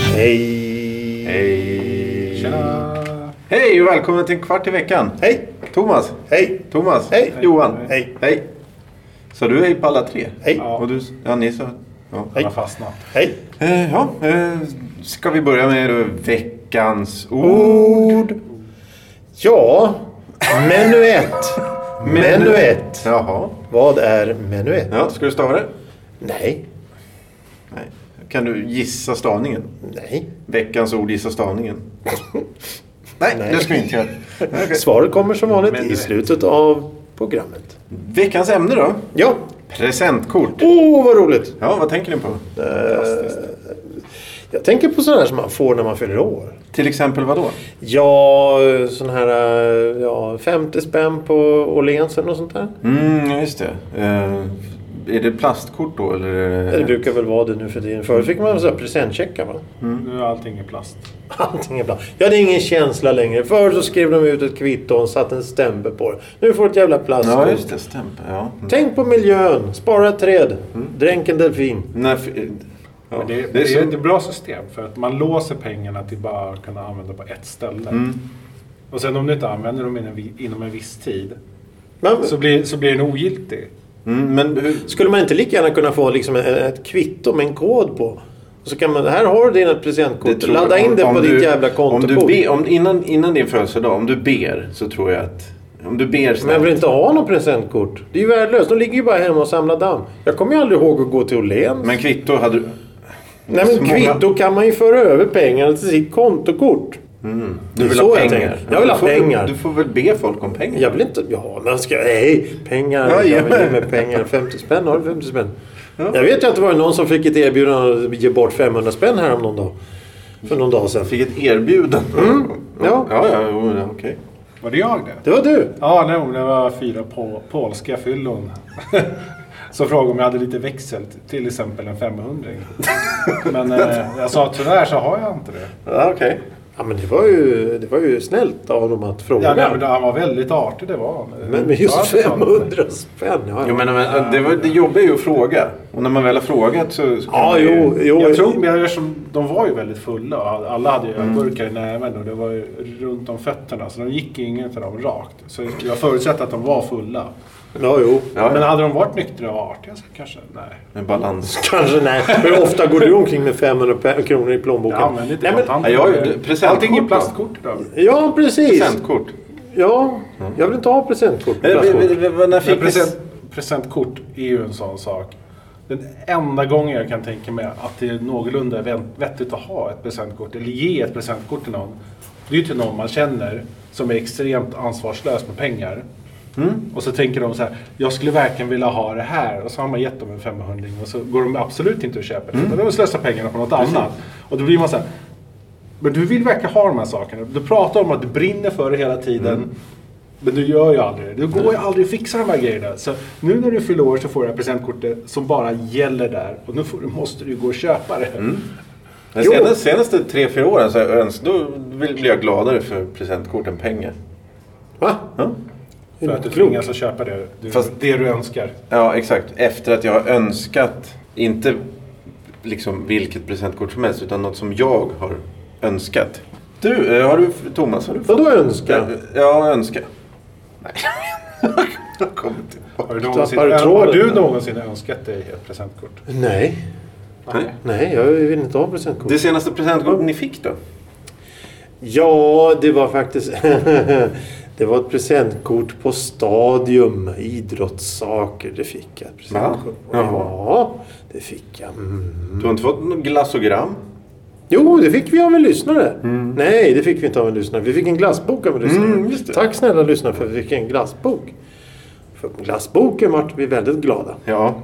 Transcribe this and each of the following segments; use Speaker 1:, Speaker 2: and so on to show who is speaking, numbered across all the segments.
Speaker 1: Hej!
Speaker 2: Hej!
Speaker 1: Tjena!
Speaker 2: Hej och välkommen till en kvart i veckan.
Speaker 1: Hej!
Speaker 2: Thomas.
Speaker 1: Hej!
Speaker 2: Thomas.
Speaker 1: Hej.
Speaker 2: Johan.
Speaker 1: Hej.
Speaker 2: Hej. Så du är på alla tre?
Speaker 1: Hej!
Speaker 3: Ja.
Speaker 2: Och du, ja, ni så. Ja.
Speaker 1: Hej.
Speaker 3: Jag har fastnat.
Speaker 1: Hej!
Speaker 2: Eh, ja. Eh, ska vi börja med då veckans
Speaker 1: Oh.
Speaker 2: ord?
Speaker 1: Ja, menuett. menuett.
Speaker 2: Jaha.
Speaker 1: Vad är menuett?
Speaker 2: Ja, ska du stava det?
Speaker 1: Nej.
Speaker 2: Nej. Kan du gissa stavningen?
Speaker 1: Nej.
Speaker 2: Veckans ord gissa stavningen. Nej,
Speaker 1: Nej.
Speaker 2: det ska vi inte göra. Okej.
Speaker 1: Svaret kommer som vanligt i
Speaker 2: Menuett.
Speaker 1: slutet av programmet.
Speaker 2: Veckans ämne då?
Speaker 1: Ja!
Speaker 2: Presentkort.
Speaker 1: Åh, oh, vad roligt!
Speaker 2: Ja, vad tänker ni på?
Speaker 1: Jag tänker på sådana här som man får när man fyller år.
Speaker 2: Till exempel vad då?
Speaker 1: Ja, sån här ja, 50 spänn på Åhléns eller något sånt där.
Speaker 2: Mm, ja, just det. Eh, är det plastkort då eller? är
Speaker 1: Det brukar väl vara det nu för tiden. Förut fick man så här presentcheckar va?
Speaker 3: Nu är allting i plast.
Speaker 1: Allting är bra. Jag hade ingen känsla längre. Förr så skrev de ut ett kvitto och satte en stämpel på det. Nu får du ett jävla plastkort.
Speaker 2: Ja, just det. Stämpel. Ja. Mm.
Speaker 1: Tänk på miljön. Spara ett träd. Dränk en delfin.
Speaker 2: När, f- eh, ja,
Speaker 3: Men det, det,
Speaker 2: är
Speaker 3: är
Speaker 2: som-
Speaker 3: ett bra system för att man låser pengarna till bara att kunna använda på ett ställe. Och sen om du inte använder dem inom, vi- inom en viss tid
Speaker 1: Men,
Speaker 3: så blir, så blir den ogiltig.
Speaker 2: mm, men hur,
Speaker 1: skulle man inte lika gärna kunna få liksom ett, ett kvitto med en kod på? Och så kan man, här har du dina
Speaker 2: det
Speaker 1: presentkort.
Speaker 2: tror jag-
Speaker 1: Ladda in det på ditt
Speaker 2: du-
Speaker 1: jävla
Speaker 2: Om
Speaker 1: kontokort.
Speaker 2: du be, om, innan, innan din födelsedag, om du ber så tror jag att... Om du ber
Speaker 1: Men jag
Speaker 2: snabbt.
Speaker 1: vill inte ha något presentkort. Det är ju värdelöst. De ligger ju bara hemma och samlar damm. Jag kommer ju aldrig ihåg att gå till Åhléns.
Speaker 2: Men kvitto hade du...
Speaker 1: Nej
Speaker 2: Så
Speaker 1: men
Speaker 2: många-
Speaker 1: kvitto kan man ju föra över pengarna till sitt kontokort.
Speaker 2: Du vill
Speaker 1: Så
Speaker 2: ha
Speaker 1: jag
Speaker 2: pengar.
Speaker 1: tänker. Jag vill
Speaker 2: Du
Speaker 1: ha
Speaker 2: får väl-
Speaker 1: pengar.
Speaker 2: Du får väl be folk om pengar?
Speaker 1: Jag vill inte... Ja, men ska... Nej, pengar.
Speaker 2: Ja, ja.
Speaker 1: Jag vill ge mig pengar. 50 spänn. Har du 50 spänn? Jag vet ju att det var någon som fick ett erbjudande att ge bort 500 spänn här om någon dag. För någon dag sedan.
Speaker 2: Fick ett erbjudande.
Speaker 1: Mm, ja.
Speaker 2: ja, ja jo, ja, okej.
Speaker 3: Var det jag det?
Speaker 1: Det var du.
Speaker 3: Ja, nej, men det var fyra på, polska fyllon. Så frågade om jag hade lite växel, till exempel en 500 Men eh, jag sa tyvärr så har jag inte det.
Speaker 2: Ja, okej.
Speaker 1: Ja, men det var ju, det var ju snällt av dem att
Speaker 3: Ja,
Speaker 1: fråga.
Speaker 3: nej, men han var väldigt artig, det var han.
Speaker 1: men, men just
Speaker 3: Ja, det var han.
Speaker 1: 500 spänn. Ja,
Speaker 2: Jo,
Speaker 1: ja.
Speaker 2: men, men, eh, det, var, det jobbiga är ju att fråga. Och när man väl har frågat så... så kan
Speaker 1: ja
Speaker 2: man ju-
Speaker 1: jo, jo.
Speaker 3: Jag tror, men jag som, de var ju väldigt fulla och alla hade ju
Speaker 2: Mm.
Speaker 3: ölburkar i näven och det var ju runt om fötterna så de gick ju ingen av dem rakt. Så jag förutsätter att de var fulla.
Speaker 1: Ja, jo.
Speaker 2: Ja,
Speaker 3: Men
Speaker 2: men,
Speaker 3: hade de varit nyktra och artiga så kanske, nej.
Speaker 2: med balans.
Speaker 1: Kanske nej. Hur ofta går du omkring med 500 pe- kronor i plånboken?
Speaker 3: Jag använde inte
Speaker 1: nej, men,
Speaker 3: kontanter.
Speaker 2: Ja, jag har ju- presentkort
Speaker 3: Allting
Speaker 2: då.
Speaker 3: är plastkort idag.
Speaker 1: Ja, precis.
Speaker 2: Presentkort.
Speaker 1: Ja, jag vill inte ha presentkort.
Speaker 2: Eh, vi-
Speaker 1: Plastkort.
Speaker 2: vi- vi- vi- När
Speaker 3: Men
Speaker 2: fick vi...
Speaker 3: present, presentkort är ju en sån sak. Den enda gången jag kan tänka mig att det är någorlunda vett- vettigt att ha ett presentkort, eller ge ett presentkort till någon. Det är ju till någon man känner som är extremt ansvarslös med pengar. Och så tänker de så här, jag skulle verkligen vilja ha det här. Och så har man gett dem en 500 och så går de absolut inte och köper det. Mm. De slösar pengarna på något annat. Och då blir man så här, men du vill verkligen ha de här sakerna. Du pratar om att du brinner för det hela tiden. Men du gör ju aldrig det. Du går ju aldrig att fixa de här grejerna. Så nu när du fyller år så får du det här presentkortet som bara gäller där. Och nu får, du- måste du gå och köpa det.
Speaker 2: Men
Speaker 1: Jo.
Speaker 2: senaste, senaste tre, fyra åren så har jag öns- då vill- blir jag gladare för presentkort än pengar.
Speaker 1: Va?
Speaker 2: Ja.
Speaker 1: Är
Speaker 3: För
Speaker 1: det
Speaker 3: att du
Speaker 1: klokt?
Speaker 3: tvingas att köpa det du,
Speaker 2: Fast-
Speaker 3: det du önskar.
Speaker 2: ja, exakt. Efter att jag har önskat, inte liksom vilket presentkort som helst, utan något som jag har önskat. Du, eh, har du, Thomas, har du fått...
Speaker 1: Vadå önska?
Speaker 2: Ja, önska. Nej, jag kommer inte ihåg.
Speaker 3: Har du någonsin,
Speaker 1: Tappar du
Speaker 3: har
Speaker 1: tråden
Speaker 3: du
Speaker 1: nu?
Speaker 3: någonsin önskat dig ett presentkort?
Speaker 1: Nej.
Speaker 2: Nej.
Speaker 1: Nej, jag vill inte ha presentkort.
Speaker 2: Det senaste presentkort ni fick då?
Speaker 1: Ja, det var faktiskt... det var ett presentkort på Stadium. Idrottssaker. Det fick jag ett presentkort på.
Speaker 2: Va? Jaha.
Speaker 1: Ja, det fick jag. Mm.
Speaker 2: Du har inte fått någon glassogram?
Speaker 1: Jo, det fick vi av en lyssnare. Nej, det fick vi inte av en lyssnare. Vi fick en glassbok av en lyssnare.
Speaker 2: Mm, just det.
Speaker 1: Tack snälla lyssnare för att vi fick en glassbok. För glassboken vart vi väldigt glada.
Speaker 2: Ja,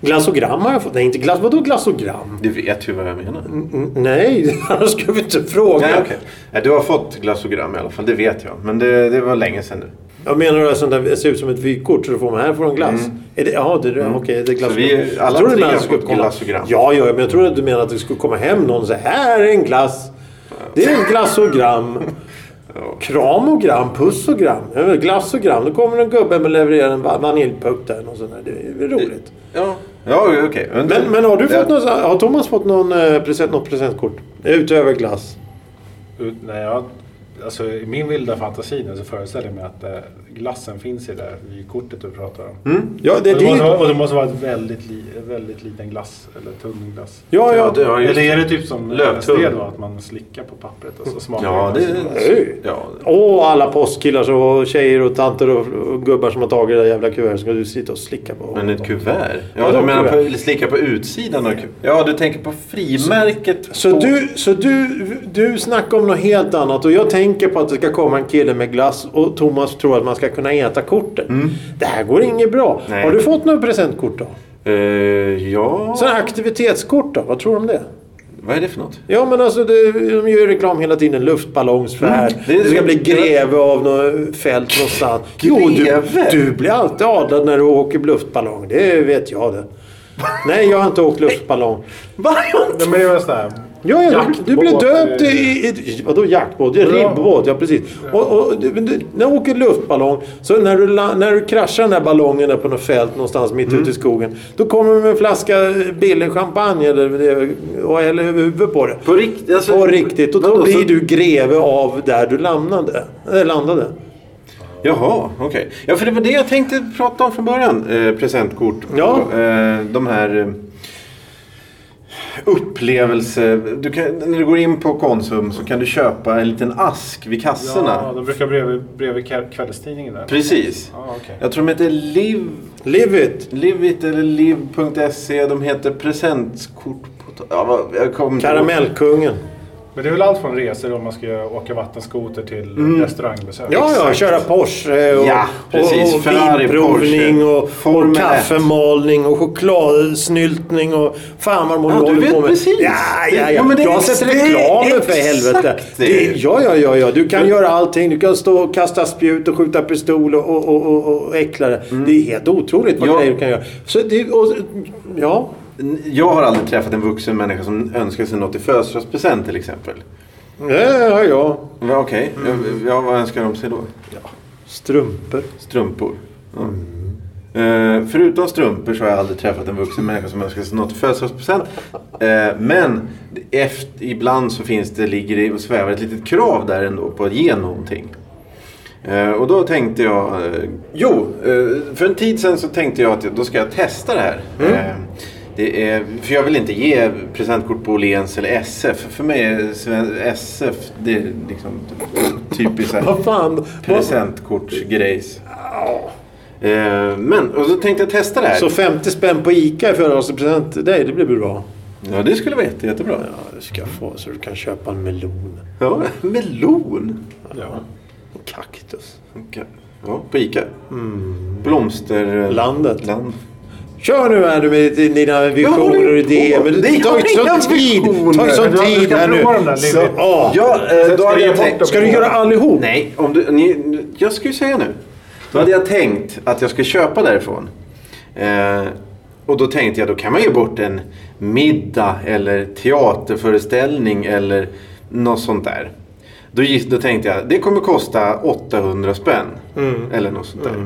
Speaker 1: Glassogram har jag fått. Nej, inte glass. Vadå glassogram?
Speaker 2: du vet ju vad jag menar.
Speaker 1: Mm, Nej, annars skulle vi inte fråga.
Speaker 2: Nej, okej. Nej, Du har fått glassogram i alla fall, det vet jag. Men det, det var länge sedan nu.
Speaker 1: Jag menar du att sånt där det ser ut som ett vykort så du får man här får en glass? Är det, jaha, det, mm. okej, det är glass.
Speaker 2: Så vi- alla
Speaker 1: tror du
Speaker 2: tre
Speaker 1: menar att
Speaker 2: har
Speaker 1: det skulle
Speaker 2: fått
Speaker 1: komma-
Speaker 2: glassogram.
Speaker 1: Ja, ja, men jag tror att du menar att det skulle komma hem någon och säga här är en glass. Det är ett glassogram. Kramogram, pussogram, eh, glassogram. Då kommer en gubbe med levererar en va- vaniljpuck där. Och sånt där. Det är väl roligt.
Speaker 2: Ja, ja okej.
Speaker 1: Men, men har du
Speaker 2: Ja.
Speaker 1: fått något, har Thomas fått någon eh, present, något presentkort? Utöver glass?
Speaker 3: Ut- När jag, alltså, I min vilda fantasi nu så föreställer jag mig att eh, glassen finns i det där vykortet du pratar om.
Speaker 1: Ja, det,
Speaker 3: Och, det
Speaker 1: det,
Speaker 3: måste, vara- och det måste vara ett väldigt, li, väldigt liten glass, eller tunn glass.
Speaker 1: ja,
Speaker 2: Ja,
Speaker 1: ja.
Speaker 2: det har
Speaker 3: Eller
Speaker 2: ju...
Speaker 3: är det typ som
Speaker 2: Lövtunn.
Speaker 3: sted då, att man slickar på pappret och så smakar
Speaker 2: Ja, det
Speaker 3: glassen?
Speaker 1: Oj.
Speaker 2: är... Ja,
Speaker 1: Och alla postkillar och tjejer och tanter och och gubbar som har tagit det där jävla kuvertet ska du sitta och slicka på.
Speaker 2: men ett kuvert?
Speaker 1: Ja,
Speaker 2: Ja, du
Speaker 1: ett
Speaker 2: menar
Speaker 1: kuvert.
Speaker 2: på, slicka på utsidan av kuvertet? Ja, du tänker på frimärket
Speaker 1: Så,
Speaker 2: på...
Speaker 1: du, så du, du snackar om något helt annat och jag tänker på att det ska komma en kille med glass och Thomas tror att man ska kunna äta kortet. Det här går inget bra.
Speaker 2: Mm. Nej.
Speaker 1: Har du fått något presentkort då?
Speaker 2: Eh, ja...
Speaker 1: Sådana här aktivitetskort då? Vad tror du om det?
Speaker 2: Vad är det för något?
Speaker 1: Ja men alltså det, de gör ju reklam hela tiden. Luftballongsfärd.
Speaker 2: Mm, det är-
Speaker 1: du ska bli greve av något fält någonstans. Jo, du,
Speaker 2: Greve?
Speaker 1: du blir alltid adlad när du åker luftballong. Det vet jag det. Nej, jag har inte åkt luftballong.
Speaker 2: Va?
Speaker 3: Nej, men det var sådär.
Speaker 1: Ja, ja,
Speaker 3: Jaktbåt,
Speaker 1: du blev döpt i,
Speaker 3: eller-
Speaker 1: i, i... Vadå jaktbåt? Ja.
Speaker 3: Ja.
Speaker 1: Ribbåt, ja precis. Och, och, du, men du, när du åker luftballong, så när du, la- när du kraschar den där ballongen där på något fält någonstans mitt
Speaker 2: Mm.
Speaker 1: ute i skogen. Då kommer de med en flaska billig champagne eller, eller, eller över huvudet på det.
Speaker 2: På riktigt? Alltså,
Speaker 1: På riktigt. Och då
Speaker 2: Vadå,
Speaker 1: blir
Speaker 2: så-
Speaker 1: du greve av där du landade. Äh, landade.
Speaker 2: Jaha, okej. Ja, för det var det jag tänkte prata om från början. Eh, presentkort.
Speaker 1: Ja.
Speaker 2: Eh, de här... Eh, upplevelse... Du kan, när du går in på Konsum så kan du köpa en liten ask vid kassorna.
Speaker 3: Ja, de brukar bredvid, bredvid kväll- kvällstidningen där.
Speaker 2: Precis.
Speaker 3: Ja, okej.
Speaker 2: Jag tror de heter Liv...
Speaker 1: Live it!
Speaker 2: Livit eller liv.se. De heter presentkort på... Ja, vad- jag kommer inte ihåg.
Speaker 1: Karamellkungen.
Speaker 3: Men det är väl allt från resor om man ska åka vattenskoter till restaurangbesök.
Speaker 1: Mm. Ja, ja,
Speaker 2: Exakt.
Speaker 1: köra Porsche eh, och,
Speaker 2: Ja, precis.
Speaker 1: och, och
Speaker 2: Ferrari,
Speaker 1: vinprovning
Speaker 2: Porsche,
Speaker 1: och, och
Speaker 2: Formel
Speaker 1: kaffemalning och chokladsnyltning och fan vad de
Speaker 2: Ja, du
Speaker 1: håller
Speaker 2: vet
Speaker 1: på med.
Speaker 2: precis.
Speaker 1: Ja, ja, ja.
Speaker 2: Ja, men det
Speaker 1: jag
Speaker 2: är
Speaker 1: har sett
Speaker 2: ex- det är
Speaker 1: reklamen för
Speaker 2: exakt
Speaker 1: helvete.
Speaker 2: det.
Speaker 1: Det- ja, ja, ja, ja. Du kan göra allting. Du kan stå och kasta spjut och skjuta pistol och, och, och, och, och äckla det. Det är helt otroligt vad
Speaker 2: Mm. Ja.
Speaker 1: grejer du kan göra. Så det, och, ja.
Speaker 2: Jag har aldrig träffat en vuxen människa som önskar sig något i födelsedagspresent till exempel.
Speaker 1: Ja, ja, ja.
Speaker 2: Ja, Okej,
Speaker 3: Mm.
Speaker 2: ja, ja, vad önskar de sig då?
Speaker 1: Strumpor.
Speaker 2: Strumpor. Ja.
Speaker 1: Mm.
Speaker 2: Eh, förutom strumpor så har jag aldrig träffat en vuxen människa som önskar sig något i födelsedagspresent. Eh, men efter, ibland så finns det, ligger det och svävar ett litet krav där ändå på att ge någonting. Eh, och då tänkte jag... Eh, jo, eh, för en tid sedan så tänkte jag att då ska jag testa det här.
Speaker 1: Mm.
Speaker 2: Eh, det är, för jag vill inte ge presentkort på Åhléns eller SF. För mig är sven- SF det är liksom typiskt så här-
Speaker 1: Vad fan? Vad,
Speaker 2: Presentkortsgrejs. Eh, men, och så tänkte jag testa det här.
Speaker 1: så 50 spänn på ICA i födelsedagspresent till dig, det blir bra.
Speaker 2: Ja, det skulle vara jätte, jättebra.
Speaker 1: Ja, du ska få så du kan köpa en melon.
Speaker 2: Ja, melon.
Speaker 3: Ja.
Speaker 1: En kaktus.
Speaker 2: Okej. Ja, på Ica. Mm. Blomster...
Speaker 1: Landet.
Speaker 2: Land.
Speaker 1: Kör nu här nu med di- dina visioner
Speaker 2: håller
Speaker 1: och
Speaker 2: på.
Speaker 1: idéer. Men
Speaker 2: Det
Speaker 1: det
Speaker 2: är
Speaker 1: tar ju
Speaker 2: inga
Speaker 1: sån tid.
Speaker 2: visioner.
Speaker 1: tar ju sån
Speaker 3: Du ska
Speaker 1: tid här
Speaker 3: prova dem där,
Speaker 1: nu. Så,
Speaker 3: Lilly.
Speaker 1: ja.
Speaker 2: Ja, eh, då hade
Speaker 3: Sätt
Speaker 2: jag
Speaker 3: dig
Speaker 2: tänkt...
Speaker 3: bort
Speaker 1: Ska du göra allihop?
Speaker 2: Nej, om du, ni, jag ska ju säga nu. Då hade jag tänkt att jag ska köpa därifrån. Eh, och då tänkte jag, då kan man ge bort en middag eller teaterföreställning eller något sånt där. Då, gick- då tänkte jag, det kommer kosta 800 spänn. Eller något sånt där.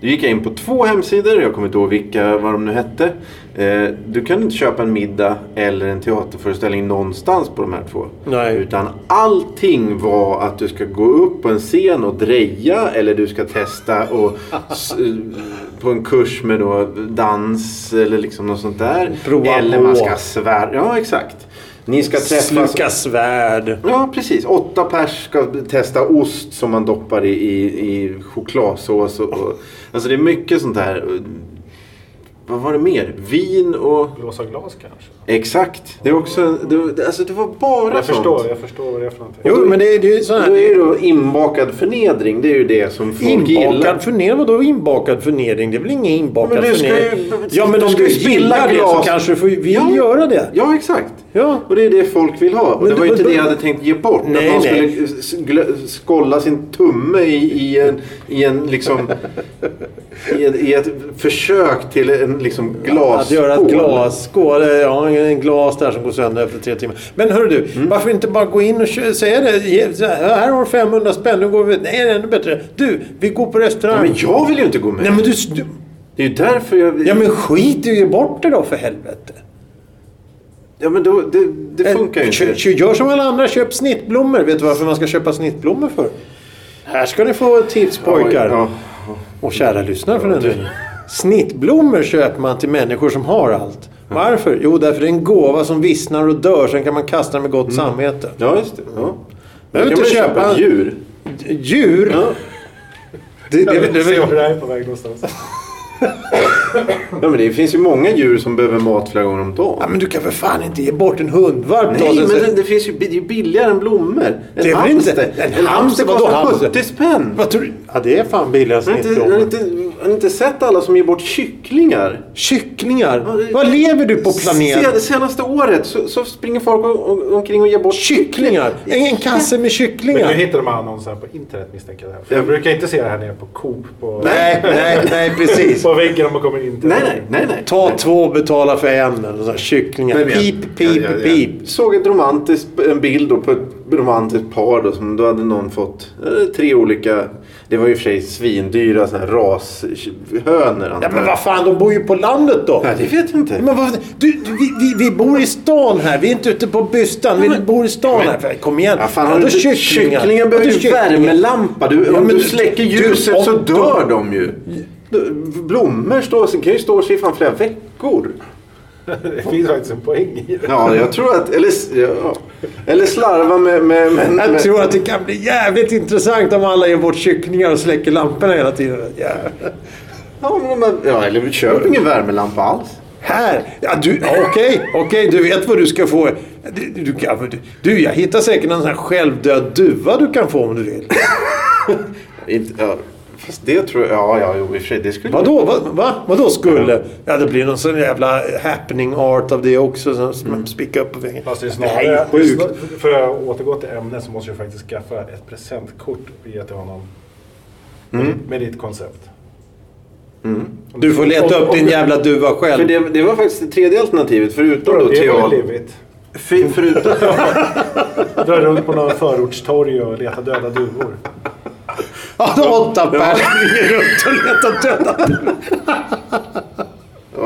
Speaker 2: Då gick jag in på två hemsidor, jag kommer inte ihåg vilka, vad de nu hette. Eh, du kan inte köpa en middag eller en teaterföreställning någonstans på de här två.
Speaker 1: Nej.
Speaker 2: Utan allting var att du ska gå upp på en scen och dreja eller du ska testa och s- eh, på en kurs med då dans eller liksom något sånt där.
Speaker 1: Prova
Speaker 2: eller
Speaker 1: på.
Speaker 2: man ska svära. Ja, exakt. Ni ska träffas.
Speaker 1: Sluka svärd.
Speaker 2: Ja, precis. Åtta pers ska testa ost som man doppar i, i, i chokladsås. Och, och, alltså det är mycket sånt här. Vad var det mer? Vin och...
Speaker 3: Blåsa glas kanske?
Speaker 2: Exakt. Det är också... en- Det, var- alltså det var bara
Speaker 3: Jag
Speaker 2: sånt.
Speaker 3: förstår, jag förstår vad det är för någonting.
Speaker 1: Jo, men det, är- det är ju sån här...
Speaker 2: Då är det då inbakad förnedring. Det är ju det som folk gillar.
Speaker 1: Inbakad förnedring? Vadå inbakad förnedring? Det är väl ingen inbakad
Speaker 2: Men du ska ju-
Speaker 1: förnedring? ja, men
Speaker 2: du
Speaker 1: om
Speaker 2: ska
Speaker 1: du
Speaker 2: ju gilla
Speaker 1: gillar det så
Speaker 2: glas.
Speaker 1: kanske du får, vill
Speaker 2: Ja.
Speaker 1: göra det.
Speaker 2: Ja, exakt.
Speaker 1: Ja.
Speaker 2: Och det är det folk vill ha. Och
Speaker 1: Men
Speaker 2: det var ju
Speaker 1: du-
Speaker 2: inte
Speaker 1: du-
Speaker 2: det jag hade tänkt ge bort.
Speaker 1: Nej,
Speaker 2: att någon
Speaker 1: nej.
Speaker 2: skulle s- glö- skolla sin tumme i, i, en, i en liksom... I ett, I ett försök till en liksom
Speaker 1: Att göra ett
Speaker 2: glasskål.
Speaker 1: glasskål. Ja, en glas där som går sönder efter tre timmar. Men hörru du, varför inte bara gå in och kö- säga det? Ge- så här, Här har du 500 spänn, nu går vi... Nej, det är ännu bättre. Du, vi går på restaurang.
Speaker 2: Ja, men jag vill ju inte gå med.
Speaker 1: Nej, men du... du
Speaker 2: Det är ju därför jag...
Speaker 1: ja, men skit ju bort det då för helvete.
Speaker 2: Ja, men då, det, det funkar ju
Speaker 1: Kö-
Speaker 2: inte.
Speaker 1: kö- Gör som alla andra, köp snittblommor. Vet du varför man ska köpa snittblommor för? Här ska ni få ett tips pojkar.
Speaker 2: Ja,
Speaker 1: Och kära lyssnare för den delen. Snittblommor köper man till människor som har allt. Varför? Jo, därför det är en gåva som vissnar och dör. Sen kan man kasta den med gott
Speaker 2: Mm.
Speaker 1: samvete.
Speaker 2: ja, just det. Ja.
Speaker 1: Jag
Speaker 2: Då
Speaker 1: vill
Speaker 2: kan man
Speaker 1: inte
Speaker 2: köpa
Speaker 1: köpa
Speaker 2: ett djur.
Speaker 1: djur.
Speaker 2: Ja.
Speaker 1: Det, det,
Speaker 3: Jag
Speaker 1: det,
Speaker 3: vill se
Speaker 1: det,
Speaker 3: var det här är på väg någonstans.
Speaker 2: Ja, men det finns ju många djur som behöver mat flera gånger om dagen.
Speaker 1: ja, men du kan för fan inte ge bort en hundvalp då.
Speaker 2: Nej,
Speaker 1: Sen
Speaker 2: men
Speaker 1: så-
Speaker 2: det, det finns ju, det är ju billigare än blommor. En
Speaker 1: Det är väl inte-
Speaker 2: hamster.
Speaker 1: en
Speaker 2: En,
Speaker 1: hamster,
Speaker 2: hamster
Speaker 1: vadå
Speaker 2: kostar
Speaker 1: hamster?
Speaker 2: 70 spänn.
Speaker 1: Vad tror du? Ja, det är fan billiga
Speaker 2: Har ni inte, har, ni
Speaker 1: snittblommor.
Speaker 2: inte, har ni inte sett alla som ger bort kycklingar?
Speaker 1: Kycklingar.
Speaker 2: det-
Speaker 1: Vad lever du på planeten?
Speaker 2: Se, senaste året så, så springer folk om- om- omkring och ger bort
Speaker 1: Kycklingar! En, en kasse med
Speaker 3: Men
Speaker 1: kycklingar!
Speaker 3: nu hittar de här annonserna på internet misstänker jag. För jag brukar inte se det här nere på Coop. På,
Speaker 1: Nej, nej, nej, precis.
Speaker 3: på väggen om man kommer in till
Speaker 2: Nej, nej, nej. nej.
Speaker 1: Ta två, betala för en. Eller så här, kycklingar.
Speaker 2: Nej, men-
Speaker 1: Pip, pip,
Speaker 2: Ja, ja, ja.
Speaker 1: pip.
Speaker 2: Såg ett romantiskt, en bild då på ett romantiskt par då som då hade någon fått eh, tre olika, det var ju i och för sig svindyra såna här rashönor antar
Speaker 1: Ja, men
Speaker 2: jag.
Speaker 1: vad fan, de bor ju på landet då.
Speaker 2: Ja, det vet jag inte.
Speaker 1: Men vad, du, du, vi, vi, vi bor i stan här. Vi är inte ute på bystan. Vi bor i stan här. Fan, Kom igen.
Speaker 2: Ja, fan, har du
Speaker 1: Vadå
Speaker 2: inte, kycklingar, behöver
Speaker 1: Vadå
Speaker 2: ju
Speaker 1: kycklingar?
Speaker 2: värmelampa. Du, om
Speaker 1: men
Speaker 2: du
Speaker 1: du-
Speaker 2: släcker
Speaker 1: du-
Speaker 2: ljuset
Speaker 1: om
Speaker 2: så
Speaker 1: de-
Speaker 2: dör de ju. Du, Blommor står, så kan ju stå sig i fan flera veckor.
Speaker 3: Det finns faktiskt en poäng i det.
Speaker 2: Ja, jag tror att... Eller, s- ja, eller slarva med... med, med, med
Speaker 1: Jag tror att det kan bli jävligt intressant om alla ger bort kycklingar och släcker lamporna hela tiden. Jävlar.
Speaker 2: ja, men de här, ja, eller köp ingen värmelampa alls.
Speaker 1: Här! Ja, du, ja, okej, okej, du vet vad du ska få. Du, du, kan- du, du, jag hittar säkert en sån här självdöd duva du kan få om du vill.
Speaker 2: Inte, ja, fast det tror jag... Ja, ja, jo, i och för sig. Det skulle...
Speaker 1: Vadå, va, va? Vadå skulle? Ja, det blir någon sån jävla happening art av det också som- som mm. spickar upp på väggen.
Speaker 3: Fast det är
Speaker 1: Nej,
Speaker 3: snarare...
Speaker 1: sjukt.
Speaker 3: För att återgå till ämnet så måste jag faktiskt skaffa ett presentkort och ge till honom. Med ditt koncept.
Speaker 1: Du får leta upp din jävla duva
Speaker 2: För
Speaker 1: själv.
Speaker 2: det, det var faktiskt det tredje alternativet, förutom då
Speaker 3: Det var
Speaker 2: teater.
Speaker 3: livigt.
Speaker 2: För, förutom,
Speaker 3: Dra runt på några förortstorg och leta döda duvor.
Speaker 1: Ja, de åtta pers springer runt och letar döda duvor.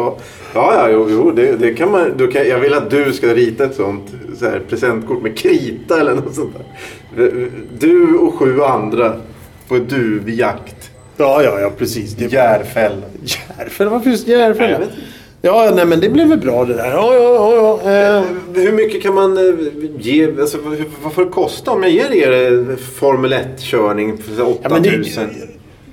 Speaker 2: Ja, ja, ja jo, jo det, det kan man. Då kan, jag vill att du ska rita ett sånt så här, presentkort med krita eller något sånt där. Du och sju andra på en duvjakt.
Speaker 1: Ja, ja, ja, precis. Det
Speaker 2: Järfäll.
Speaker 1: Järfälla, varför just
Speaker 2: Nej, jag
Speaker 1: Järfälla?
Speaker 2: vet inte.
Speaker 1: Ja, nej men det blev väl bra det där. Ja, ja, ja. ja. Eh,
Speaker 2: Hur mycket kan man eh, ge? Alltså, vad- hur- vad får det kosta om jag ger er eh, Formel 1-körning för så här
Speaker 1: Ja, men det-
Speaker 2: 8000?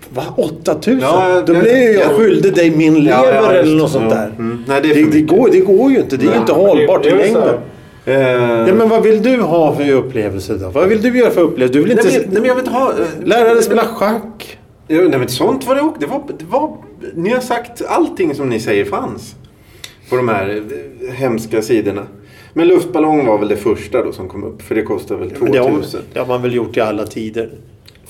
Speaker 1: Va? 8000?
Speaker 2: Ja,
Speaker 1: Då
Speaker 2: jag-
Speaker 1: blir ju jag
Speaker 2: jag-
Speaker 1: skyldig dig min lever
Speaker 2: Ja, ja, just
Speaker 1: eller något
Speaker 2: det.
Speaker 1: sånt
Speaker 2: Ja.
Speaker 1: där.
Speaker 2: Mm. Nej, det är för
Speaker 1: det, det,
Speaker 2: mycket.
Speaker 1: går, det går ju inte. Det är ju
Speaker 2: Nej.
Speaker 1: inte
Speaker 3: Det-
Speaker 1: hållbart
Speaker 3: det
Speaker 1: i
Speaker 3: är väl så här,
Speaker 1: längden.
Speaker 2: Eh,
Speaker 1: Ja, men vad vill du ha för upplevelse då? Vad vill du göra för upplevelse? Du vill
Speaker 2: Nej,
Speaker 1: inte
Speaker 2: men, jag- nej, men jag vill inte ha... eh,
Speaker 1: lära dig spela schack?
Speaker 2: Jo, nej men sånt var det också. Det var, det var, ni har sagt allting som ni säger fanns. På de här eh, hemska sidorna. Men luftballong var väl det första då som kom upp. För det kostade väl
Speaker 1: Men det, har,
Speaker 2: 2000.
Speaker 1: det har man väl gjort i alla tider.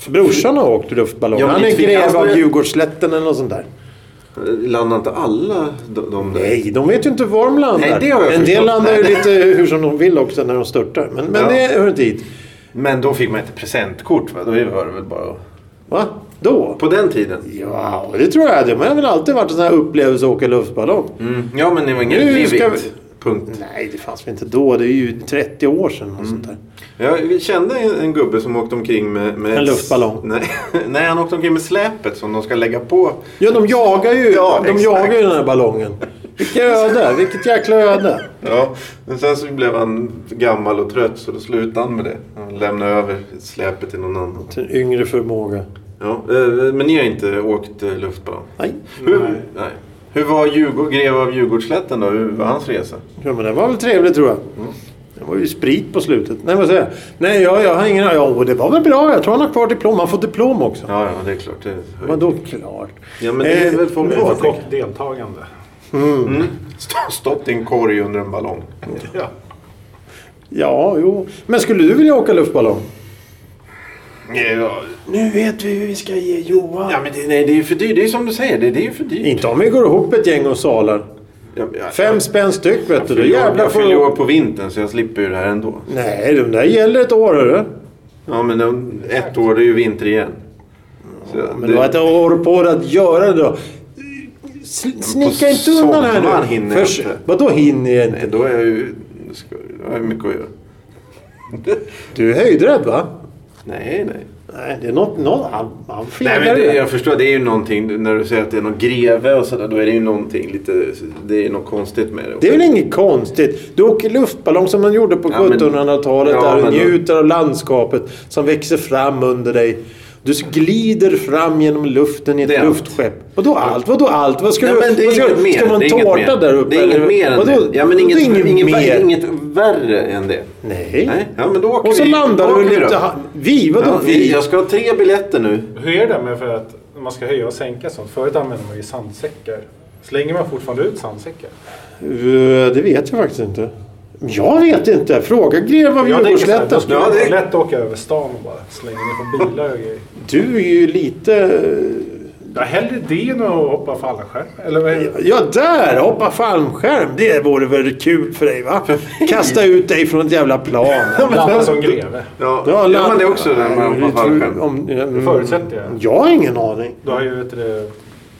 Speaker 1: Brorsan har åkt luftballong.
Speaker 2: Ja, men
Speaker 1: Han är
Speaker 2: inte fick
Speaker 1: grev
Speaker 2: han-
Speaker 1: av Djurgårdsslätten eller något sånt där.
Speaker 2: Eh, Landade inte alla de, de där?
Speaker 1: Nej, de vet ju inte var de landar.
Speaker 2: Nej, det har jag
Speaker 1: en del
Speaker 2: förstått.
Speaker 1: landar ju
Speaker 2: Nej.
Speaker 1: lite hur som de vill också när de störtar. Men, men
Speaker 2: Ja.
Speaker 1: det hör inte hit.
Speaker 2: Men då fick man ett presentkort va? Då var det väl bara...
Speaker 1: Va? Då?
Speaker 2: På den tiden?
Speaker 1: Ja, det tror jag. Det har väl alltid varit en sån här upplevelse att åka luftballong.
Speaker 2: Mm. Ja men det var inget
Speaker 1: Nu
Speaker 2: livigt.
Speaker 1: ska
Speaker 2: Punkt.
Speaker 1: Nej, det fanns väl inte då. Det är ju 30 år sedan. Och
Speaker 2: Mm.
Speaker 1: sånt där.
Speaker 2: Jag kände en, en gubbe som åkte omkring med... med
Speaker 1: En luftballong.
Speaker 2: Nej, nej, han åkte omkring med släpet som de ska lägga på.
Speaker 1: Ja, de jagar ju,
Speaker 2: Ja,
Speaker 1: de
Speaker 2: exakt.
Speaker 1: jagar ju den här ballongen. Vilket öde. Vilket jäkla öde.
Speaker 2: Ja, men sen så blev han gammal och trött så då slutade han med det. Han lämnade över släpet till någon annan.
Speaker 1: Till en yngre förmåga.
Speaker 2: Ja, eh, men ni har inte åkt eh, luftballong?
Speaker 1: Nej.
Speaker 2: Hur, nej. Hur var Djurgård, grev av Djurgårdsslätten då? Hur var hans resa?
Speaker 1: Ja, men det var väl trevligt tror jag.
Speaker 2: Mm.
Speaker 1: Det var ju sprit på slutet. Nej, vad säger jag? Nej, jag, jag har ingen Ja, och det var väl bra. Jag tror han har kvar diplom. Han får diplom också.
Speaker 2: Ja, ja, det är klart. Eh, Det
Speaker 1: Vadå klart? Eh,
Speaker 2: Ja, men det är väl folk-
Speaker 1: nu-
Speaker 2: Ja,
Speaker 3: För
Speaker 2: tack.
Speaker 3: kort deltagande.
Speaker 2: Stopp, stopp din korg under en ballong.
Speaker 3: Ja.
Speaker 1: Ja, jo. Men skulle du vilja åka luftballong?
Speaker 2: Ja,
Speaker 1: Nu vet vi hur vi ska ge Johan.
Speaker 2: men det, nej, det är ju för dyrt. Det är som du säger, det, det är ju för dyrt.
Speaker 1: Inte om vi går ihop ett gäng och salar.
Speaker 2: Ja, men jag-
Speaker 1: Fem spänn styck vet du.
Speaker 2: Jag
Speaker 1: Då
Speaker 2: fyller år-
Speaker 1: jävlar
Speaker 2: jag fyller ju
Speaker 1: får...
Speaker 2: år på vintern så jag slipper ju det här ändå.
Speaker 1: Nej, de där gäller ett år hörru.
Speaker 2: Ja, men om ett år det är ju vinter igen. Så
Speaker 1: Men du har ett år på dig att göra det då. Sl- Snicka inte undan här
Speaker 2: sommaren
Speaker 1: nu.
Speaker 2: hinner jag
Speaker 1: Förs-
Speaker 2: inte.
Speaker 1: Vadå hinner jag inte?
Speaker 2: Nej, då är jag ju... då ska- Då har jag mycket att göra.
Speaker 1: Du är höjdrädd va?
Speaker 2: Nej, nej.
Speaker 1: Nej, det är något... något han han
Speaker 2: Nej,
Speaker 1: fegar
Speaker 2: men det,
Speaker 1: det.
Speaker 2: jag förstår. Det är ju någonting. När du säger att det är någon greve och sådär. Då är det ju någonting lite... Det är något konstigt med det.
Speaker 1: Det är väl inget konstigt? Du åker luftballong som man gjorde på
Speaker 2: Ja, men-
Speaker 1: 1700-talet
Speaker 2: Ja,
Speaker 1: där
Speaker 2: men
Speaker 1: och
Speaker 2: då-
Speaker 1: njuter av landskapet som växer fram under dig. Du glider fram genom luften i ett
Speaker 2: Det är allt.
Speaker 1: luftskepp. Vadå allt? Vadå allt? Vad ska
Speaker 2: Nej,
Speaker 1: du...
Speaker 2: men det är
Speaker 1: vad ska,
Speaker 2: inget mer.
Speaker 1: Ska man
Speaker 2: det är inget
Speaker 1: tårta
Speaker 2: mer.
Speaker 1: där uppe?
Speaker 2: Det är inget
Speaker 1: eller?
Speaker 2: mer än
Speaker 1: Vadå?
Speaker 2: det. Ja, men inget,
Speaker 1: Vadå
Speaker 2: inget,
Speaker 1: inget
Speaker 2: värre,
Speaker 1: mer?
Speaker 2: inget värre än det.
Speaker 1: Nej.
Speaker 2: Nej, ja, men då åker
Speaker 1: Och så
Speaker 2: vi-
Speaker 1: landar
Speaker 2: då
Speaker 1: du
Speaker 2: åker
Speaker 1: i
Speaker 2: vi då.
Speaker 1: Liptehamn. Vi? Vadå
Speaker 2: Ja, vi,
Speaker 1: vi?
Speaker 2: jag ska ha tre biljetter nu.
Speaker 3: Hur är det med för att när man ska höja och sänka sånt? Förut använde man ju sandsäckar. Slänger man fortfarande ut sandsäckar?
Speaker 1: Eh, Det vet jag faktiskt inte. Jag vet inte. Fråga greve av
Speaker 3: Jag tänker så här,
Speaker 1: Djurgårdsslätten.
Speaker 3: då skulle
Speaker 2: Ja,
Speaker 3: det
Speaker 2: det-
Speaker 3: vara lätt att åka över stan och bara slänga ner på bilar och grejer.
Speaker 1: Du är ju lite...
Speaker 3: Ja, hellre det än att hoppa fallskärm. Eller vad är det?
Speaker 1: Ja, där! Hoppa fallskärm. Det vore väl kul för dig, va? Kasta ut dig från ett jävla plan.
Speaker 3: Lampa som greve.
Speaker 2: alltså- Ja,
Speaker 1: Ja,
Speaker 2: gör
Speaker 1: la-
Speaker 2: man det också när man
Speaker 1: Nej,
Speaker 2: hoppar fallskärm?
Speaker 1: tror- om- ja, mm.
Speaker 3: Förutsätter jag.
Speaker 1: Jag har ingen aning.
Speaker 3: Då har ju vet du,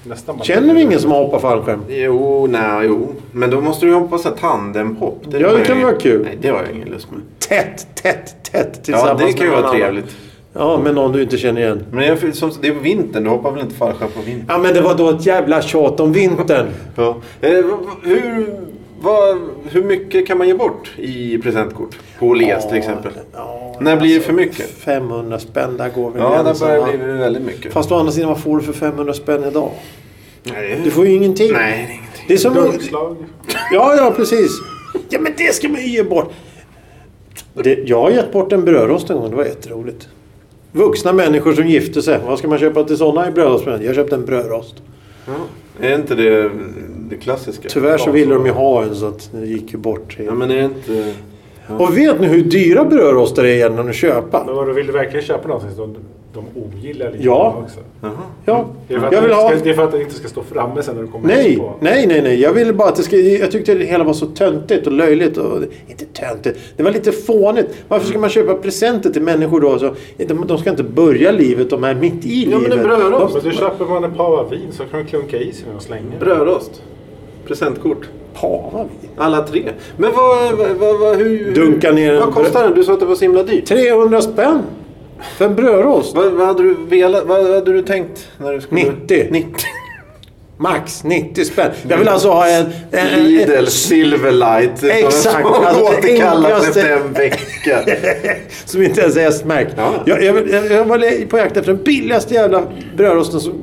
Speaker 3: nästan bara...
Speaker 1: Känner vi ingen som har hoppat fallskärm?
Speaker 2: Jo, nej, jo. Men då måste du ju hoppa så här tandemhopp.
Speaker 1: Ja, det
Speaker 2: har jag
Speaker 1: kan
Speaker 2: ingen-
Speaker 1: vara kul.
Speaker 2: Nej, det har jag ingen lust med.
Speaker 1: Tätt, tätt, tätt
Speaker 2: Ja,
Speaker 1: tillsammans
Speaker 2: det kan
Speaker 1: med
Speaker 2: ju
Speaker 1: någon
Speaker 2: vara
Speaker 1: annan.
Speaker 2: trevligt.
Speaker 1: Ja, men någon du inte känner igen.
Speaker 2: Men jag, som, det är på vintern, du hoppar väl inte fallskärm på vintern?
Speaker 1: Ja, men det var då ett jävla tjat om vintern.
Speaker 2: Ja. Eh, v- v- hur, vad, hur mycket kan man ge bort i presentkort? På Åhléns till exempel.
Speaker 1: Ja,
Speaker 2: När blir det för mycket?
Speaker 1: 500 spänn, där går vi
Speaker 2: Ja, där
Speaker 1: gränsen, va?
Speaker 2: börjar det bli väldigt mycket.
Speaker 1: Fast å andra sidan, vad får du för 500 spänn idag?
Speaker 2: Nej,
Speaker 1: Du får ju ingenting.
Speaker 2: nej det är ingenting.
Speaker 1: Det är som...
Speaker 3: Dunkslag.
Speaker 1: Ja, ja, precis. Ja, men det ska man ju ge bort. Det, jag har gett bort en brödrost en gång. Det var jätteroligt. Vuxna människor som gifte sig. Vad ska man köpa till sådana i brödrost? Jag köpte en brödrost.
Speaker 2: Är inte det det klassiska?
Speaker 1: Tyvärr så ville de ju ha en så att det gick ju bort.
Speaker 2: Ja, men är det inte...
Speaker 1: Och vet ni hur dyra brödrostar är egentligen att köpa?
Speaker 3: Men vadå, vill du verkligen köpa någonting som de, de ogillar lite
Speaker 1: Ja.
Speaker 3: också?
Speaker 2: Jaha.
Speaker 1: Ja,
Speaker 3: Det är, för att
Speaker 1: jag vill
Speaker 3: det
Speaker 1: ha...
Speaker 3: ska, det är för att det inte ska stå framme sen när du kommer
Speaker 1: Nej,
Speaker 3: hem på.
Speaker 1: nej, nej, nej. Jag ville bara att det ska... Jag tyckte det hela var så töntigt och löjligt. Och... Inte töntigt. Det var lite fånigt. Varför ska man köpa presenter till människor då? Så... De, de ska inte börja livet. De är mitt i
Speaker 2: Ja,
Speaker 1: livet.
Speaker 2: men en brödrost.
Speaker 3: Men då köper man en pava vin så kan du klunka i sig den och slänga. den.
Speaker 2: Brödrost. Presentkort.
Speaker 1: Pava vi.
Speaker 2: Alla tre. Men vad... vad, vad, vad hur,
Speaker 1: Dunka ner en
Speaker 2: Vad kostar den? Du sa att det var så himla dyrt.
Speaker 1: 300 spänn för en brödrost.
Speaker 2: Vad, vad hade du velat... Vad, vad hade du tänkt när du skulle...
Speaker 1: 90.
Speaker 2: 90.
Speaker 1: Max 90 spänn. Jag vill alltså ha en... en, en, en
Speaker 2: Lidl Silverlight.
Speaker 1: Eh, Exakt,
Speaker 2: Som
Speaker 1: alltså det
Speaker 2: återkallas
Speaker 1: enklaste-
Speaker 2: efter en vecka.
Speaker 1: som inte ens är S-märkt.
Speaker 2: Ja.
Speaker 1: Jag, jag, vill- jag, jag var på jakt efter den billigaste jävla brödrosten som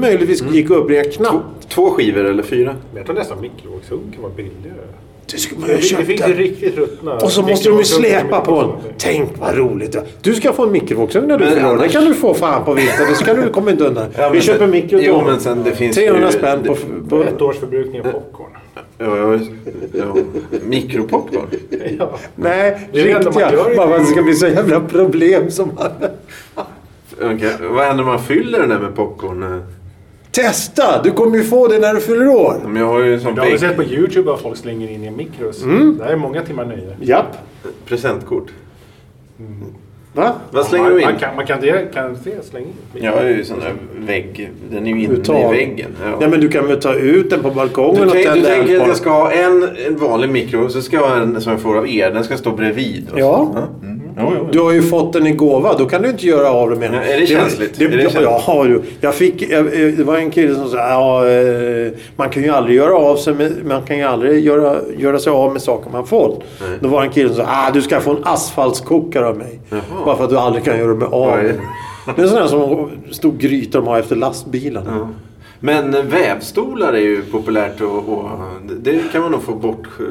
Speaker 1: möjligtvis gick att uppbringa
Speaker 2: Två,
Speaker 1: knappt.
Speaker 2: två skivor eller fyra?
Speaker 3: Men jag tror nästan mikrovågsugn kan vara billigare.
Speaker 1: Det skulle man ju
Speaker 3: Det
Speaker 1: ha
Speaker 3: finns
Speaker 1: köpt
Speaker 3: ju
Speaker 1: där.
Speaker 3: riktigt ruttna.
Speaker 1: Och så måste de ju
Speaker 3: mikrovågsugnar
Speaker 1: släpa
Speaker 3: med
Speaker 1: på den.
Speaker 3: mikrovågsugnar.
Speaker 1: Tänk vad roligt. det- Du ska få en mikrovågsugn när du
Speaker 2: Men
Speaker 1: fyller år. Den
Speaker 2: annars-
Speaker 1: kan du få fan på vintern. Det ska du komma inte undan.
Speaker 2: Ja, men
Speaker 1: Vi köper
Speaker 2: sen-
Speaker 1: mikro till
Speaker 2: Jo,
Speaker 1: honom.
Speaker 2: men sen det finns
Speaker 1: 300
Speaker 2: ju-
Speaker 1: spänn på... på
Speaker 3: Ett års förbrukning av popcorn.
Speaker 2: Ja, ja, ja. Mikropopcorn?
Speaker 3: Ja.
Speaker 1: Nej,
Speaker 3: Det är det enda man
Speaker 1: riktiga.
Speaker 3: gör
Speaker 1: Bara
Speaker 3: i-
Speaker 1: för att det ska bli så jävla problem som man...
Speaker 2: Okej, Vad händer om man fyller den där med popcorn? eh?
Speaker 1: Testa! Du kommer ju få det när du fyller år.
Speaker 2: Men jag har ju en sån
Speaker 3: Jag har ju
Speaker 2: big
Speaker 3: sett på YouTube att folk slänger in i en mikros.
Speaker 1: Mm.
Speaker 3: Det här är många timmar nöje.
Speaker 1: Japp.
Speaker 2: presentkort.
Speaker 1: Va?
Speaker 2: Vad slänger
Speaker 3: man,
Speaker 2: du in?
Speaker 3: Man kan, man kan, det, kan det slänga in.
Speaker 2: Jag har ju sån där vägg. Den är ju inne
Speaker 1: Uttag.
Speaker 2: i väggen. Ja.
Speaker 1: Nej men du kan väl ta ut den på balkongen
Speaker 2: du
Speaker 1: och
Speaker 2: tänk, du
Speaker 1: tända eld
Speaker 2: tänker
Speaker 1: på den.
Speaker 2: att jag ska ha en, en vanlig mikro och så ska jag ha en som jag får av er. Den ska stå bredvid. och så.
Speaker 1: Ja.
Speaker 2: Mm. Jo, jo.
Speaker 1: Du har ju fått den i gåva, då kan du inte göra av det med
Speaker 2: Ja, är det känsligt?
Speaker 1: Det,
Speaker 2: Är det
Speaker 1: ja,
Speaker 2: känsligt?
Speaker 1: ja, du. Jag fick, jag, eh, det var en kille som sa ja, eh, man kan ju aldrig göra av sig med, man kan ju aldrig göra, göra sig av med saker man fått. Då var det en kille som sa ah, du ska få en asfaltskokare av mig. Bara för att du aldrig kan göra mig av.
Speaker 2: Oj.
Speaker 1: med. Det är sådana som stor gryta de har efter lastbilarna.
Speaker 2: Men eh, vävstolar är ju populärt och, och det kan man nog få bort. eh,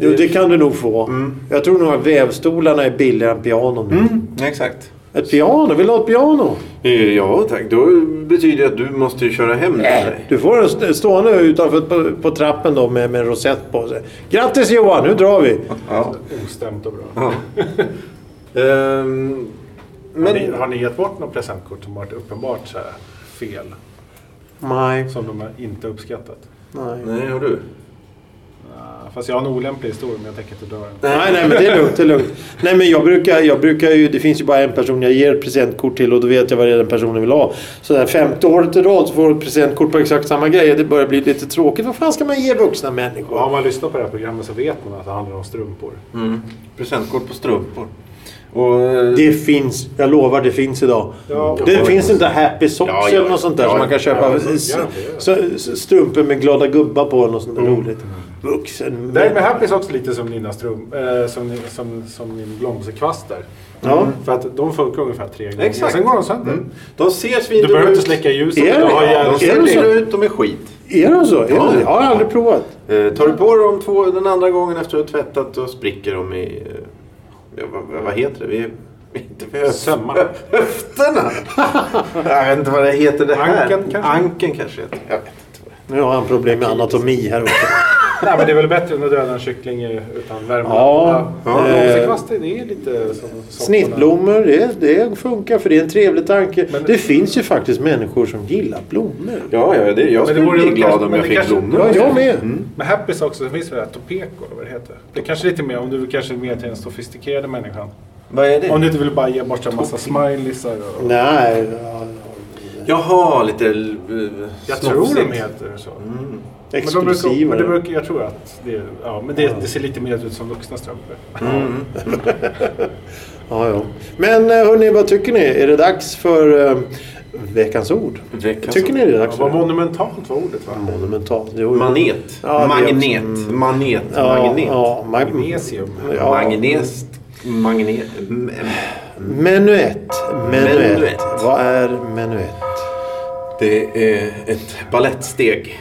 Speaker 1: Jo, det kan du nog få. Jag tror nog att vävstolarna är billigare än pianon. nu.
Speaker 2: Mm, exakt.
Speaker 1: Ett piano? Vill du ha ett piano?
Speaker 2: Eh, Ja tack, då betyder det att du måste ju köra hem det till mig.
Speaker 1: Du får en st- stående utanför på, på trappen då med, med en rosett på sig. Grattis Johan, nu drar vi!
Speaker 2: Ja.
Speaker 3: Ostämt och bra.
Speaker 2: ja. Ehm,
Speaker 3: Har, ni,
Speaker 2: men...
Speaker 3: har ni gett bort något presentkort som varit uppenbart så här fel?
Speaker 1: Nej.
Speaker 3: Som de har inte uppskattat?
Speaker 1: Nej.
Speaker 2: Nej, har du?
Speaker 3: Ah, Fast jag har en olämplig historia men jag tänker inte dra den.
Speaker 1: Nej, nej, men det är lugnt. Det är lugnt. Nej, men jag brukar, jag brukar ju... Det finns ju bara en person jag ger ett presentkort till och då vet jag vad det är den personen vill ha. Så där femte året i rad så får du ett presentkort på exakt samma grej. Det börjar bli lite tråkigt. Vad fan ska man ge vuxna
Speaker 3: Och
Speaker 1: människor?
Speaker 3: har man lyssnat på det här programmet så vet man att det handlar om strumpor.
Speaker 1: Mm.
Speaker 2: Presentkort på strumpor. Och, eh,
Speaker 1: Det finns, jag lovar, det finns idag.
Speaker 3: Ja, och-
Speaker 1: det finns inte Happy Socks
Speaker 2: Ja, ja,
Speaker 1: eller något sånt där
Speaker 2: ja,
Speaker 1: som man kan
Speaker 2: ja,
Speaker 1: köpa
Speaker 3: ja,
Speaker 1: s-
Speaker 3: ja,
Speaker 1: s- s- strumpor med glada gubbar på eller något sånt där
Speaker 3: Mm.
Speaker 1: roligt. Vuxen.
Speaker 3: Det här
Speaker 1: men-
Speaker 3: med Happy Socks är lite som dina strum, eh, som, ni- som, som min blomsterkvast där.
Speaker 1: Ja. Mm.
Speaker 3: För att de funkar ungefär tre gånger.
Speaker 2: Exakt.
Speaker 3: Sen går de sönder.
Speaker 2: De ser
Speaker 3: Du
Speaker 2: svindyra
Speaker 3: behöver
Speaker 2: ut.
Speaker 3: inte släcka ljuset.
Speaker 1: Är
Speaker 3: du har
Speaker 1: det?
Speaker 2: Ja,
Speaker 3: jävla-
Speaker 2: de
Speaker 1: Är
Speaker 2: ser
Speaker 1: det
Speaker 2: dyra
Speaker 1: så?
Speaker 2: ut, de är skit.
Speaker 1: Är de så? Är de
Speaker 2: Ja,
Speaker 1: det? Jag har
Speaker 2: ja.
Speaker 1: aldrig provat.
Speaker 2: Eh, tar du på dem två, den andra gången efter att du har tvättat och spricker de i... Eh, ja, vad, vad- vad heter det? Vi, inte för höf-
Speaker 3: Sömmar.
Speaker 2: höf- Höfterna! jag vet inte vad det heter det här.
Speaker 3: Anken kanske?
Speaker 2: Anken kanske heter. Jag vet inte. vad
Speaker 1: Nu har han problem med anatomi här också.
Speaker 3: Nej, men det är väl bättre än att döda en kyckling i- utan värme.
Speaker 1: Ja.
Speaker 3: ja.
Speaker 1: Eh,
Speaker 3: Blomsterkvaster, det är lite som sopporna.
Speaker 1: Snittblommor, det, det funkar för det är en trevlig tanke.
Speaker 3: Men-
Speaker 1: det finns ju faktiskt människor som gillar blommor.
Speaker 2: det är. Ja, ja, det, jag
Speaker 3: Men det
Speaker 2: skulle
Speaker 3: vore
Speaker 2: bli
Speaker 3: ju
Speaker 2: glad
Speaker 3: kanske-
Speaker 2: om
Speaker 3: men
Speaker 2: jag
Speaker 3: det Mm.
Speaker 2: fick
Speaker 3: kanske-
Speaker 2: blommor.
Speaker 1: Ja, jag med.
Speaker 3: Med Happy Socks så finns det det här Topeko, eller vad det heter. Det är kanske lite mer om du kanske är mer till den sofistikerade människan.
Speaker 2: Vad är det?
Speaker 3: Om du inte vill bara ge bort en massa smileysar
Speaker 1: Mm.
Speaker 3: och...
Speaker 1: Nej, ja,
Speaker 2: Jaha, lite... Uh,
Speaker 3: Jag tror de heter så. Men, de brukar,
Speaker 1: exklusiva.
Speaker 3: men det brukar, jag tror att det, är- ja, men det, det ser lite mer ut som vuxna strumpor.
Speaker 1: Ja, ja. Men eh, hörni, vad tycker ni? Är det dags för eh, veckans ord?
Speaker 2: Veckans
Speaker 1: tycker
Speaker 2: ord.
Speaker 1: ni det är dags
Speaker 3: Ja, vad
Speaker 1: för det?
Speaker 3: monumentalt var ordet va?
Speaker 1: Mm. Monumentalt. Jo, jo.
Speaker 2: Manet.
Speaker 1: Ja, det är-
Speaker 2: Magnet. Magnet.
Speaker 1: Ja,
Speaker 2: Magnet.
Speaker 1: ja, ma-
Speaker 3: Magnesium.
Speaker 1: ja.
Speaker 2: Magnest. Magnet. m- m-
Speaker 1: menuett. Menuett.
Speaker 2: Menuett.
Speaker 1: Vad är menuett?
Speaker 2: Det är ett balettsteg.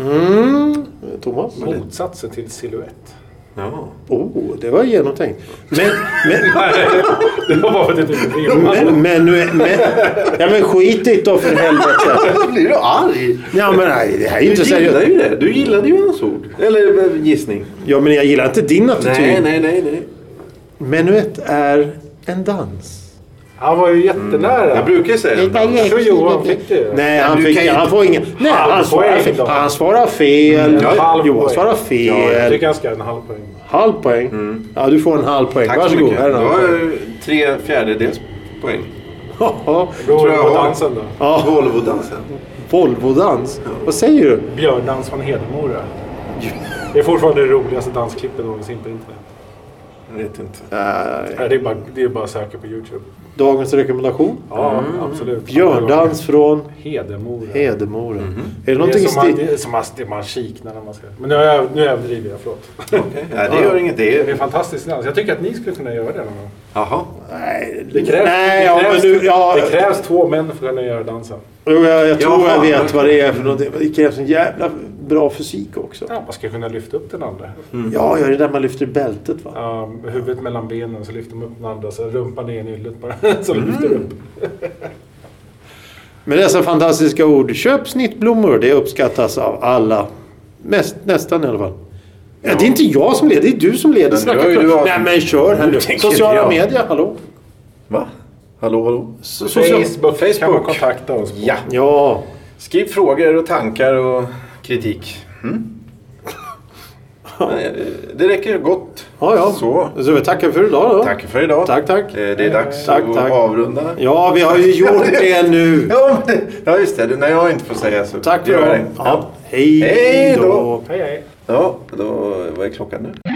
Speaker 1: Mm. Thomas?
Speaker 3: Motsatsen till silhuett.
Speaker 2: Ja.
Speaker 1: Oh, det var genomtänkt. Men, men,
Speaker 3: det var bara ett litet rim.
Speaker 1: Men, men, men, men, ja, men skit i det då för helvete.
Speaker 2: Då blir du arg.
Speaker 1: Ja, men nej, det här är ju
Speaker 2: Du
Speaker 1: inte
Speaker 2: gillade
Speaker 1: seriöst.
Speaker 2: ju det. Du gillade ju hans ord. Eller eh, gissning.
Speaker 1: Ja, men jag gillar inte din attityd.
Speaker 2: Nej, nej, nej. nej.
Speaker 1: Menuett är en dans.
Speaker 3: Han var ju jättenära.
Speaker 2: Jag brukar ju säga det.
Speaker 3: Jag tror Johan fick det.
Speaker 1: Nej,
Speaker 2: Men
Speaker 1: han,
Speaker 2: du
Speaker 1: fick,
Speaker 2: kan ju
Speaker 1: han
Speaker 2: inte-
Speaker 1: får ingen... Nej,
Speaker 3: Halv
Speaker 1: han svarar,
Speaker 3: poäng
Speaker 1: fel.
Speaker 3: då.
Speaker 1: han svarar fel.
Speaker 3: En halv
Speaker 1: Johan
Speaker 3: poäng.
Speaker 1: svarar
Speaker 3: Jag
Speaker 1: fel.
Speaker 3: tycker Mm. han ska ha en halv poäng.
Speaker 1: Halv poäng. Ja, du får en halv poäng.
Speaker 2: Tack så
Speaker 1: Varsågod.
Speaker 2: mycket.
Speaker 1: Här är
Speaker 2: Det
Speaker 1: en halv
Speaker 2: var
Speaker 1: poäng.
Speaker 2: ju tre fjärdedels poäng.
Speaker 1: Ja,
Speaker 3: Då är
Speaker 2: tror
Speaker 3: det
Speaker 2: jag
Speaker 3: på
Speaker 2: har-
Speaker 3: dansen då.
Speaker 1: ja.
Speaker 2: Volvodansen.
Speaker 1: Volvo-dans. Vad säger du?
Speaker 3: Björndans från Hedemora. Det är fortfarande det roligaste dansklippet någonsin på internet.
Speaker 2: Jag vet inte.
Speaker 1: Eh,
Speaker 3: Nej, Det är bara, det är bara att söka på YouTube.
Speaker 1: dagens rekommendation?
Speaker 3: Ja, absolut.
Speaker 1: Björndans från
Speaker 3: Hedemora.
Speaker 1: Hedemora. Är det
Speaker 3: Mhm. Det är
Speaker 1: någonting i
Speaker 3: som man,
Speaker 1: stil...
Speaker 3: det är som man, det man kiknar när man ska... Men nu, har jag, nu överdriver jag, förlåt.
Speaker 2: Okej. Ja, det gör inget. Det
Speaker 3: Det är
Speaker 2: är...
Speaker 3: fantastiskt dans. Jag tycker att ni skulle kunna göra det någon gång.
Speaker 2: Jaha.
Speaker 1: Nej,
Speaker 3: Det krävs,
Speaker 1: Nej,
Speaker 3: det
Speaker 1: ja, men
Speaker 3: krävs,
Speaker 1: du, ja,
Speaker 3: det krävs två män för att kunna göra dansen.
Speaker 1: Jo, jag, jag tror jag
Speaker 2: Jaha.
Speaker 1: vet vad det är för någonting. Det krävs en jävla bra fysik också.
Speaker 3: Ja, man ska kunna lyfta upp den andra.
Speaker 1: Ja, ja, det är där man lyfter bältet va?
Speaker 3: Ja, med huvudet mellan benen så lyfter man upp den andra. Så rumpan ner i nyllet bara.
Speaker 1: Mm.
Speaker 3: Så lyfter du upp.
Speaker 1: Med dessa fantastiska ord, köp snittblommor. Det uppskattas av alla. Mest, nästan i alla fall. Ja, Det är inte jag som leder, det är du som leder.
Speaker 2: Men
Speaker 1: Snacka
Speaker 2: det har ju
Speaker 1: klart.
Speaker 2: du haft-
Speaker 1: Nej men kör här
Speaker 2: Nu
Speaker 1: nu.
Speaker 2: tänker
Speaker 1: Sociala
Speaker 2: jag.
Speaker 1: medier, hallå?
Speaker 2: Va? Hallå, hallå?
Speaker 1: Social-
Speaker 3: Facebook, kan man kontakta oss på.
Speaker 2: Ja.
Speaker 1: Ja.
Speaker 2: Skriv frågor och tankar och kritik. Mm? Nej, det- det räcker gott.
Speaker 1: Ja, ja.
Speaker 2: Så.
Speaker 1: Så vi tackar för idag då.
Speaker 2: Tack för idag.
Speaker 1: Tack, tack.
Speaker 2: Eh, Det är dags
Speaker 1: Tack,
Speaker 2: att
Speaker 1: tack.
Speaker 2: avrunda.
Speaker 1: Ja, vi har ju gjort det nu.
Speaker 2: Ja, men det- ja, just det. Det- När jag inte får säga så
Speaker 1: Tack för
Speaker 2: gör jag
Speaker 1: idag.
Speaker 2: det.
Speaker 1: Ja. Hej
Speaker 2: Hej då.
Speaker 1: då.
Speaker 3: Hej, hej.
Speaker 2: Ja, då... Vad är klockan nu?